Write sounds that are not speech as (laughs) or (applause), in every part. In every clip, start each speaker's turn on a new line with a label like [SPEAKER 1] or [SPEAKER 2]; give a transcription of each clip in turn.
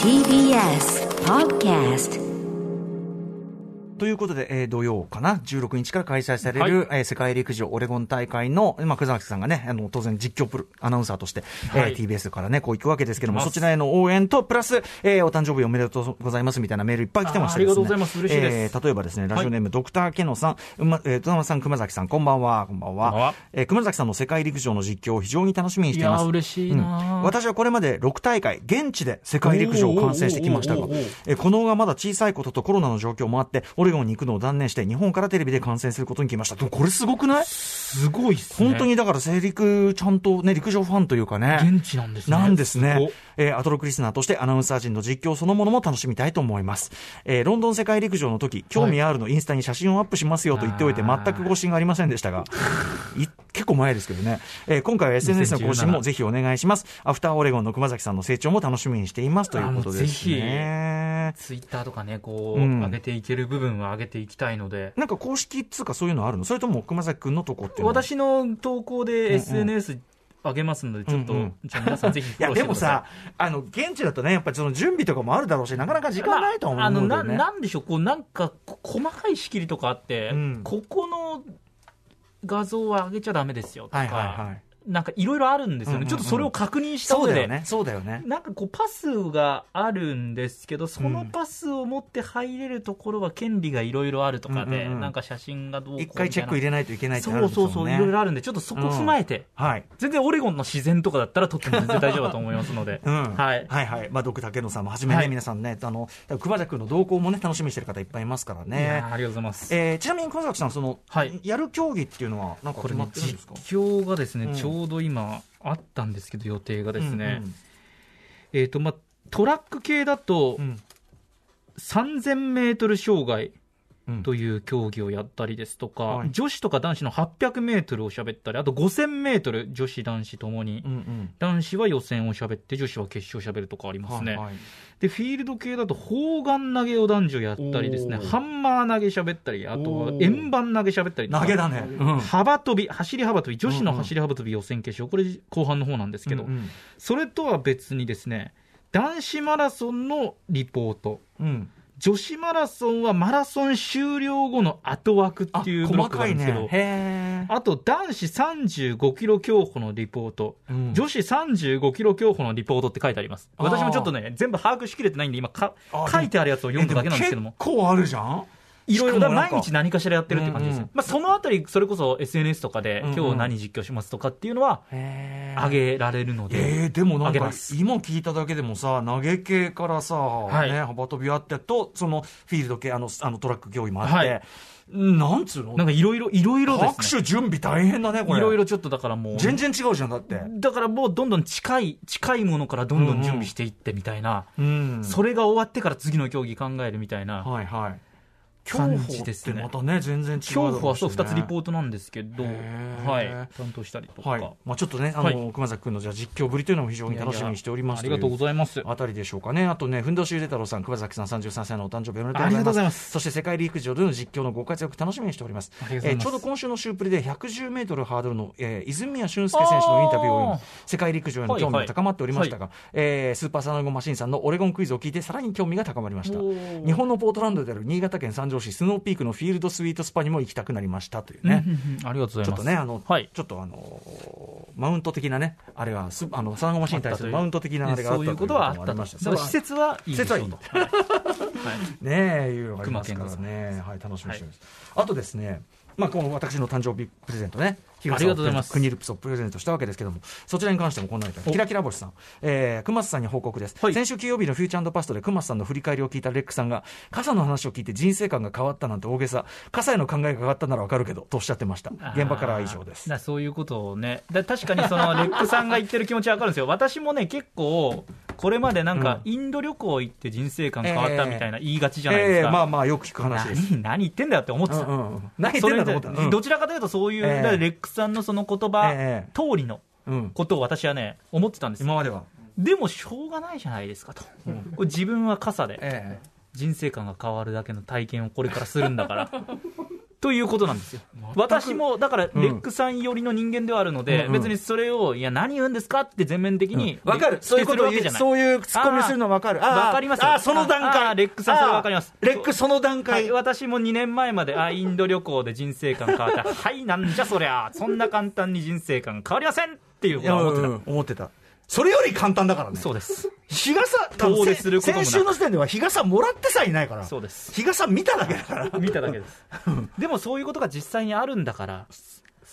[SPEAKER 1] TBS Podcast
[SPEAKER 2] ということで、えー、土曜かな、16日から開催される、えー世界陸上オレゴン大会の、まあ、久崎さんがね、あの、当然実況プロ、アナウンサーとして、
[SPEAKER 3] は
[SPEAKER 2] え
[SPEAKER 3] い
[SPEAKER 2] ー TBS からね、こう行くわけですけども、
[SPEAKER 3] 行き
[SPEAKER 2] そ
[SPEAKER 3] ます
[SPEAKER 2] ちらへの応援と、プラス、えーお誕生日おめでとうございますみたいなメールいっぱい来てましたですね
[SPEAKER 3] あーありがとうございます嬉しいです
[SPEAKER 2] えー例えばですね、ラジオネーム、ドクターケノさん、うま、えー、戸山さん、熊崎さん、こんばんは、こんばんは。
[SPEAKER 3] こんばんは
[SPEAKER 2] えー熊崎さんの世界陸上の実況を非常に楽しみにしています。
[SPEAKER 3] いやー嬉しいなー
[SPEAKER 2] うん私はこれまで6大会、現地で世界陸上を観戦してきましたが
[SPEAKER 3] おーおーおーおーおー、
[SPEAKER 2] えーこの方がまだ小さいこととコロナの状況もあって、オレゴンに行くのを断念して、日本からテレビで観戦することに決めました。でもこれすごくない
[SPEAKER 3] すごいっすね。
[SPEAKER 2] 本当にだから、西陸、ちゃんとね、陸上ファンというかね。
[SPEAKER 3] 現地なんですね。
[SPEAKER 2] なんですね
[SPEAKER 3] お。
[SPEAKER 2] えーアトロクリスナーとしてアナウンサー陣の実況そのものも楽しみたいと思います。えーロンドン世界陸上の時、興味あるのインスタに写真をアップしますよと言っておいて、
[SPEAKER 3] あ
[SPEAKER 2] 全
[SPEAKER 3] ー
[SPEAKER 2] く更新がありませんでしたが、い結構前ですけどね。えー今回は SNS の更新もぜひお願いします。アフターオレゴンの熊崎さんの成長も楽しみにしていますということですね。
[SPEAKER 3] ツイッターとかね、こう、
[SPEAKER 2] うん
[SPEAKER 3] 上げていける部分は上げていきたいので。
[SPEAKER 2] なんか公式っつうかそういうのあるのそれとも熊崎くんのとこっていうのは
[SPEAKER 3] 私の投稿
[SPEAKER 2] ん
[SPEAKER 3] で SNS 上げますので、ちょっと、
[SPEAKER 2] うんうん
[SPEAKER 3] じゃあ皆さんぜひフ
[SPEAKER 2] い
[SPEAKER 3] ォ
[SPEAKER 2] や
[SPEAKER 3] ローし
[SPEAKER 2] で
[SPEAKER 3] てく
[SPEAKER 2] も
[SPEAKER 3] ださ
[SPEAKER 2] さ、あの現地だとね、やっぱりその準備とかもあるだろうし、なかなか時
[SPEAKER 3] い。
[SPEAKER 2] 間ないと思
[SPEAKER 3] ま
[SPEAKER 2] う
[SPEAKER 3] ああの
[SPEAKER 2] んだ
[SPEAKER 3] な
[SPEAKER 2] よね。
[SPEAKER 3] なんでしょう、こうなんかこ細かい仕切りとかあって、
[SPEAKER 2] うん
[SPEAKER 3] ここの画像は上げちゃだめですよとか、
[SPEAKER 2] はいはいはい。
[SPEAKER 3] なんかいろいろあるんですよね、
[SPEAKER 2] うんうんうん
[SPEAKER 3] ちょっとそれを確認した
[SPEAKER 2] そう
[SPEAKER 3] 上
[SPEAKER 2] だ
[SPEAKER 3] で、
[SPEAKER 2] よね、そうだよね。
[SPEAKER 3] なんかこうパスがあるんですけどそのパスを持って入れるところは権利がいろいろあるとか
[SPEAKER 2] う
[SPEAKER 3] で、
[SPEAKER 2] んうんうん
[SPEAKER 3] なんか写真がどうこう
[SPEAKER 2] 一回チェック入
[SPEAKER 3] れ
[SPEAKER 2] れないといけないってな
[SPEAKER 3] そ
[SPEAKER 2] る
[SPEAKER 3] うん
[SPEAKER 2] ですも
[SPEAKER 3] そ
[SPEAKER 2] ん
[SPEAKER 3] う
[SPEAKER 2] ね。
[SPEAKER 3] そういろいろあるんでちょっとそこ踏まえて、
[SPEAKER 2] はい。
[SPEAKER 3] 全然オレゴンの自然とかだったら撮っても全然大丈夫だと思いますので、
[SPEAKER 2] うん、
[SPEAKER 3] はい
[SPEAKER 2] はいはいまあ、ドクタケノさんもはじめね、
[SPEAKER 3] はい
[SPEAKER 2] 皆さんね、あの、多分熊崎君の動向もね、楽しみにしてる方いっぱいいますから
[SPEAKER 3] いや
[SPEAKER 2] ね。
[SPEAKER 3] ーありがとうございます、
[SPEAKER 2] えー、ちなみに熊崎さん、その、
[SPEAKER 3] はい
[SPEAKER 2] やる競技っていうのは、なんか
[SPEAKER 3] こ
[SPEAKER 2] 決
[SPEAKER 3] れ
[SPEAKER 2] まっ
[SPEAKER 3] ね
[SPEAKER 2] てるん
[SPEAKER 3] 実
[SPEAKER 2] ですか
[SPEAKER 3] 況がですね、
[SPEAKER 2] うん
[SPEAKER 3] ちょうど今あったんですけど予定がですね、
[SPEAKER 2] うんうん
[SPEAKER 3] えっ、とまあトラック系だと
[SPEAKER 2] うん
[SPEAKER 3] 3000メートル障害
[SPEAKER 2] うん
[SPEAKER 3] という競技をやったりですとか、
[SPEAKER 2] はい
[SPEAKER 3] 女子とか男子の800メートルを喋ったり、あと5000メートル、女子、男子ともに、
[SPEAKER 2] うんうん
[SPEAKER 3] 男子は予選を喋って、女子は決勝喋るとかありますね、
[SPEAKER 2] はいはい
[SPEAKER 3] で、フィールド系だと、砲丸投げを男女やったりですね、
[SPEAKER 2] おー
[SPEAKER 3] ハンマー投げ喋ったり、あとは円盤投げ喋ったりとか
[SPEAKER 2] 投げだね。うん
[SPEAKER 3] 幅跳び、走り幅跳び、女子の
[SPEAKER 2] うんうん
[SPEAKER 3] 走り幅跳び予選決勝、これ、後半の方なんですけど、
[SPEAKER 2] うんうん
[SPEAKER 3] それとは別にですね、男子マラソンのリポート。
[SPEAKER 2] うん
[SPEAKER 3] 女子マラソンはマラソン終了後の後枠っていうブロックがあるんですけど、
[SPEAKER 2] へ
[SPEAKER 3] あと男子35キロ競歩のリポート、
[SPEAKER 2] え、うん
[SPEAKER 3] 女子35キロ競歩のリポートって書いてあります。
[SPEAKER 2] あー
[SPEAKER 3] 私もちょっとね、全部把握しきれてないんで、今か
[SPEAKER 2] あー
[SPEAKER 3] 書いてあるやつを読んだだけなんですけど
[SPEAKER 2] え
[SPEAKER 3] も、
[SPEAKER 2] で結構あるじゃん
[SPEAKER 3] いろいろだ
[SPEAKER 2] しかもなんか
[SPEAKER 3] 毎日何かしらやってるって感じです
[SPEAKER 2] うんう
[SPEAKER 3] よ
[SPEAKER 2] ん。
[SPEAKER 3] まあそのあたり、それこそ SNS とかで、
[SPEAKER 2] うんうん
[SPEAKER 3] 今日何実況しますとかっていうのは、
[SPEAKER 2] へー
[SPEAKER 3] 上げられるの
[SPEAKER 2] え
[SPEAKER 3] で。
[SPEAKER 2] ー、でもなん
[SPEAKER 3] 上げ
[SPEAKER 2] か
[SPEAKER 3] ます
[SPEAKER 2] 今聞いただけでもさ投げ系からさ、
[SPEAKER 3] い
[SPEAKER 2] ね、幅跳びあってとそのフィールド系あのあのトラック競技もあって、
[SPEAKER 3] はい
[SPEAKER 2] なんつうの
[SPEAKER 3] なんかいろいろ、いろいろで
[SPEAKER 2] 拍
[SPEAKER 3] すね。
[SPEAKER 2] 手準備大変だね
[SPEAKER 3] い
[SPEAKER 2] これ
[SPEAKER 3] ろいろちょっとだからもう。
[SPEAKER 2] 全然違うじゃんだって、
[SPEAKER 3] だからもうどんどん近い、近いものからどんどん準備していってみたいな、
[SPEAKER 2] うん、
[SPEAKER 3] それが終わってから次の競技考えるみたいな、
[SPEAKER 2] はいはい競歩
[SPEAKER 3] 感じ
[SPEAKER 2] っ
[SPEAKER 3] です
[SPEAKER 2] て
[SPEAKER 3] ね
[SPEAKER 2] またね全然違う
[SPEAKER 3] 競歩はそう2つリ
[SPEAKER 2] ー
[SPEAKER 3] ポートなんですけど、
[SPEAKER 2] へー
[SPEAKER 3] はい、担当したりとか、
[SPEAKER 2] はいまあ、ちょっとねあの、
[SPEAKER 3] はい
[SPEAKER 2] 熊崎君のじゃあ実況ぶりというのも非常に楽しみにしております
[SPEAKER 3] ありがとうございます。
[SPEAKER 2] あたりでしょうかね。あとね、ふんどしゆで太郎さん、熊崎さん33歳のお誕生日おめでとうございます。
[SPEAKER 3] ありがとうございます
[SPEAKER 2] そして世界陸上での実況のご活躍楽しみにしております。
[SPEAKER 3] ありがとうございま
[SPEAKER 2] えー
[SPEAKER 3] す
[SPEAKER 2] ちょうど今週のシュープリで110メートルハードルの、えー泉谷俊介選手のインタビューを読
[SPEAKER 3] あ
[SPEAKER 2] み
[SPEAKER 3] ー、
[SPEAKER 2] 世界陸上への興味が高まっておりましたが、えースーパーサナゴマシンさんのオレゴンクイズを聞いてさらに興味が高まりました。
[SPEAKER 3] おー
[SPEAKER 2] 日本のポートランドである新潟県三条市スノーピークのフィールドスイートスパにも行きたくなりましたというね。
[SPEAKER 3] うんうんうんありがとうございま
[SPEAKER 2] ち
[SPEAKER 3] す。
[SPEAKER 2] ょっとね、あの、
[SPEAKER 3] はい
[SPEAKER 2] ちょっとあのーマウント的なね、あれはす、あの、サナゴマシンに対するマウント的なあれがあった
[SPEAKER 3] そういうことはあっ
[SPEAKER 2] と
[SPEAKER 3] た
[SPEAKER 2] い
[SPEAKER 3] と。
[SPEAKER 2] うもりました
[SPEAKER 3] だから施設はいいでしょう
[SPEAKER 2] 施
[SPEAKER 3] と。
[SPEAKER 2] 設
[SPEAKER 3] はい
[SPEAKER 2] ねえ、いうのがありますから
[SPEAKER 3] 熊
[SPEAKER 2] ね。はい、楽しみにしてます。あとですね、まあ、この私の誕生日プレゼントね。
[SPEAKER 3] ありがとうございます
[SPEAKER 2] クニルプスをプレゼントしたわけですけども、そちらに関してもこんなに
[SPEAKER 3] お
[SPEAKER 2] キラキラ星さん、えー、熊瀬さんに報告です。
[SPEAKER 3] はい
[SPEAKER 2] 先週金曜日のフューチャーパストで熊瀬さんの振り返りを聞いたレックさんが、傘の話を聞いて人生観が変わったなんて大げさ、傘への考えが変わったならわかるけど、とおっしゃってました。現場からは以上です。
[SPEAKER 3] だそういうことをね、だ確かにそのレックさんが言ってる気持ちわかるんですよ、私もね、結構、これまでなんか、
[SPEAKER 2] う
[SPEAKER 3] インド旅行行って人生観変わったみたいな言いがちじゃないです
[SPEAKER 2] ええ
[SPEAKER 3] か、
[SPEAKER 2] まあまあ、よく聞く話です。
[SPEAKER 3] 何、何言ってんだよって思って
[SPEAKER 2] うん
[SPEAKER 3] た、
[SPEAKER 2] うんうん。何言っ
[SPEAKER 3] (laughs) そ
[SPEAKER 2] てん
[SPEAKER 3] れ
[SPEAKER 2] だと
[SPEAKER 3] で
[SPEAKER 2] 思ったうん
[SPEAKER 3] どちらかというと、そういう、
[SPEAKER 2] ええ
[SPEAKER 3] だからレックさんのその言葉、
[SPEAKER 2] ええ
[SPEAKER 3] 通りの
[SPEAKER 2] うん。
[SPEAKER 3] ことを私はね、思ってたんですよ
[SPEAKER 2] 今までは。
[SPEAKER 3] でもしょうがないじゃないですかと、これ自分は傘で
[SPEAKER 2] ええ (laughs)
[SPEAKER 3] 人生観が変わるだけの体験をこれからするんだから、ということなんですよ。私も、だから、レックさん寄りの人間ではあるので、
[SPEAKER 2] うん
[SPEAKER 3] 別にそれを、いや、何言うんですかって全面的に、
[SPEAKER 2] わかる。そういうことを
[SPEAKER 3] 否定
[SPEAKER 2] 言う、
[SPEAKER 3] するわけじゃ
[SPEAKER 2] そうい
[SPEAKER 3] ない。
[SPEAKER 2] うツッコミするのわかる。
[SPEAKER 3] あ
[SPEAKER 2] あ
[SPEAKER 3] わかりますよ
[SPEAKER 2] あ、その段
[SPEAKER 3] ああ
[SPEAKER 2] 階。
[SPEAKER 3] レックさんそれわかります
[SPEAKER 2] あレックその段
[SPEAKER 3] は
[SPEAKER 2] 階
[SPEAKER 3] い、。私も2年前まで、あ、インド旅行で人生観変わった。 (laughs) はい、なんじゃそりゃ。そんな簡単に人生観変わりませんってい
[SPEAKER 2] い
[SPEAKER 3] うこ
[SPEAKER 2] や
[SPEAKER 3] とは
[SPEAKER 2] 思
[SPEAKER 3] 思
[SPEAKER 2] っ
[SPEAKER 3] って
[SPEAKER 2] た、
[SPEAKER 3] てた。
[SPEAKER 2] 思ってた。それより簡単だからね。
[SPEAKER 3] そうです。
[SPEAKER 2] 日傘、
[SPEAKER 3] 遠出することもな
[SPEAKER 2] 先
[SPEAKER 3] く
[SPEAKER 2] 週の時点では日傘もらってさえいないから。
[SPEAKER 3] そうです。
[SPEAKER 2] 日傘見ただけだから。
[SPEAKER 3] 見ただけです。でもそういうことが実際にあるんだから、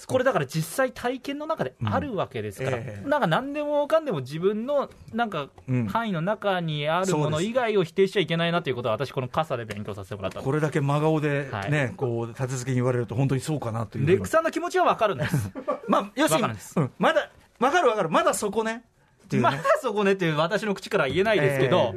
[SPEAKER 3] これだから実際体験の中であるわけですから、
[SPEAKER 2] うんええ
[SPEAKER 3] なんか何でもかんでも自分のなんか
[SPEAKER 2] うん
[SPEAKER 3] 範囲の中にあるも
[SPEAKER 2] そう
[SPEAKER 3] の
[SPEAKER 2] です
[SPEAKER 3] 以外を否定しちゃいけないなということは、私この傘で勉強させてもらったんです
[SPEAKER 2] これだけ真顔で
[SPEAKER 3] はい
[SPEAKER 2] ね、こう、立て続けに言われると本当にそうかなというふう
[SPEAKER 3] レ
[SPEAKER 2] に。
[SPEAKER 3] ックさんの気持ちはわかるんです。
[SPEAKER 2] まあ、要する
[SPEAKER 3] わ
[SPEAKER 2] に
[SPEAKER 3] かるんです、
[SPEAKER 2] うんまだ、わかるわかる。まだそこね。っていう
[SPEAKER 3] ま
[SPEAKER 2] ね
[SPEAKER 3] だ。そこねって私の口からは言えないですけど、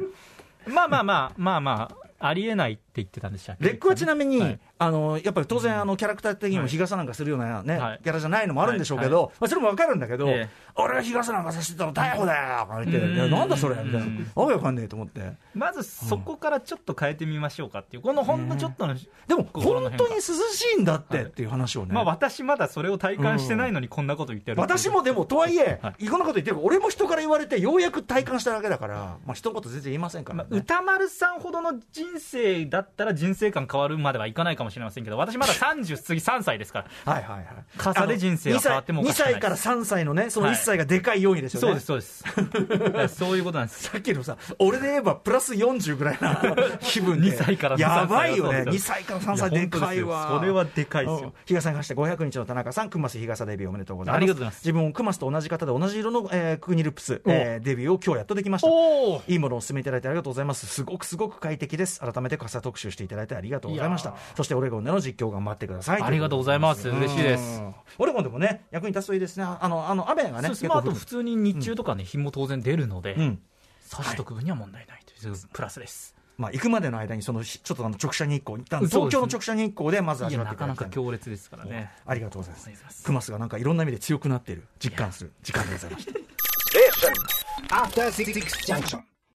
[SPEAKER 3] まあまあまあ、まあまあ、ありえないって言ってたんでしたっけ
[SPEAKER 2] レックはちなみに、
[SPEAKER 3] はい
[SPEAKER 2] あのやっぱり当然、あのキャラクター的にも日傘なんかするような、ね
[SPEAKER 3] はい
[SPEAKER 2] キャラじゃないのもあるんでしょうけど、まあ、それもわかるんだけど、
[SPEAKER 3] ええ
[SPEAKER 2] 俺が日傘なんかさしてたら逮捕だよとか言って、
[SPEAKER 3] うん
[SPEAKER 2] いやなんだそれみたいな
[SPEAKER 3] うん、
[SPEAKER 2] わけわかんねえと思って、
[SPEAKER 3] まずそこからちょっと変えてみましょうかっていう、このほんのちょっとの、
[SPEAKER 2] でも
[SPEAKER 3] 心
[SPEAKER 2] 本
[SPEAKER 3] の変化
[SPEAKER 2] 当に涼しいんだってっていう話をね、
[SPEAKER 3] まあ私まだそれを体感してないのにこんなこと言ってる、
[SPEAKER 2] 私もでも、とはいえ、、
[SPEAKER 3] はい
[SPEAKER 2] ろんなこと言ってるけど俺も人から言われて、ようやく体感しただけだから、まあ一言全然言いませんから、
[SPEAKER 3] ま
[SPEAKER 2] ね
[SPEAKER 3] あ、歌丸さんほどの人生だったら人生観変わるまではいかないかもしれませんけど、私まだ30過ぎ3歳ですから。
[SPEAKER 2] はいはいはい、
[SPEAKER 3] 傘で人生は変わってもおかしくない
[SPEAKER 2] 2歳から3歳のね、その
[SPEAKER 3] は
[SPEAKER 2] 1
[SPEAKER 3] い
[SPEAKER 2] 歳がでかい要因ですよね。
[SPEAKER 3] そうです、そうです。だか
[SPEAKER 2] (laughs)
[SPEAKER 3] らそういうことなんです。
[SPEAKER 2] さっきのさ、俺で言えばプラス40ぐらい
[SPEAKER 3] (laughs)
[SPEAKER 2] な気分で。
[SPEAKER 3] 2歳から3歳
[SPEAKER 2] やばいよね。
[SPEAKER 3] そうそう
[SPEAKER 2] 2歳から3歳
[SPEAKER 3] いや
[SPEAKER 2] でかいわ。
[SPEAKER 3] 本当ですよそれはでかいですよ
[SPEAKER 2] うん。日傘に関して500日の田中さん、クマス日傘デビューおめでとうございます。
[SPEAKER 3] ありがとうございます
[SPEAKER 2] 自分もクマスと同じ方で同じ色の、えークニルプス、
[SPEAKER 3] お
[SPEAKER 2] えーデビューを今日やっとできました。
[SPEAKER 3] おー
[SPEAKER 2] いいものをお勧めいただいてありがとうございます。すごくすごく快適です。改めて傘特集していただいてありがとうございまし
[SPEAKER 3] い
[SPEAKER 2] た
[SPEAKER 3] や。
[SPEAKER 2] そしてオレゴンでの実況頑張ってください。
[SPEAKER 3] ありがとうございます嬉しいです
[SPEAKER 2] うん。オレゴンでもね、役に立つといいですね。あの、あの、雨がね、
[SPEAKER 3] そうですまああと普通に日中とかね、日も当然出るので、
[SPEAKER 2] うん。
[SPEAKER 3] 差しとく分には問題ないというプラスです。
[SPEAKER 2] まあ、行くまでの間にそのひちょっとあの直射日光一旦
[SPEAKER 3] そうですね
[SPEAKER 2] 東京の直射日光でまず
[SPEAKER 3] い
[SPEAKER 2] 味
[SPEAKER 3] や、
[SPEAKER 2] わって
[SPEAKER 3] ない
[SPEAKER 2] た
[SPEAKER 3] かな
[SPEAKER 2] だきた
[SPEAKER 3] か
[SPEAKER 2] い
[SPEAKER 3] 強烈ですからね。
[SPEAKER 2] ありがとうございま
[SPEAKER 3] お願いしますす
[SPEAKER 2] クマスがなんかいろんな意味で強くなっている実感する時間でございました
[SPEAKER 4] After Six Junction.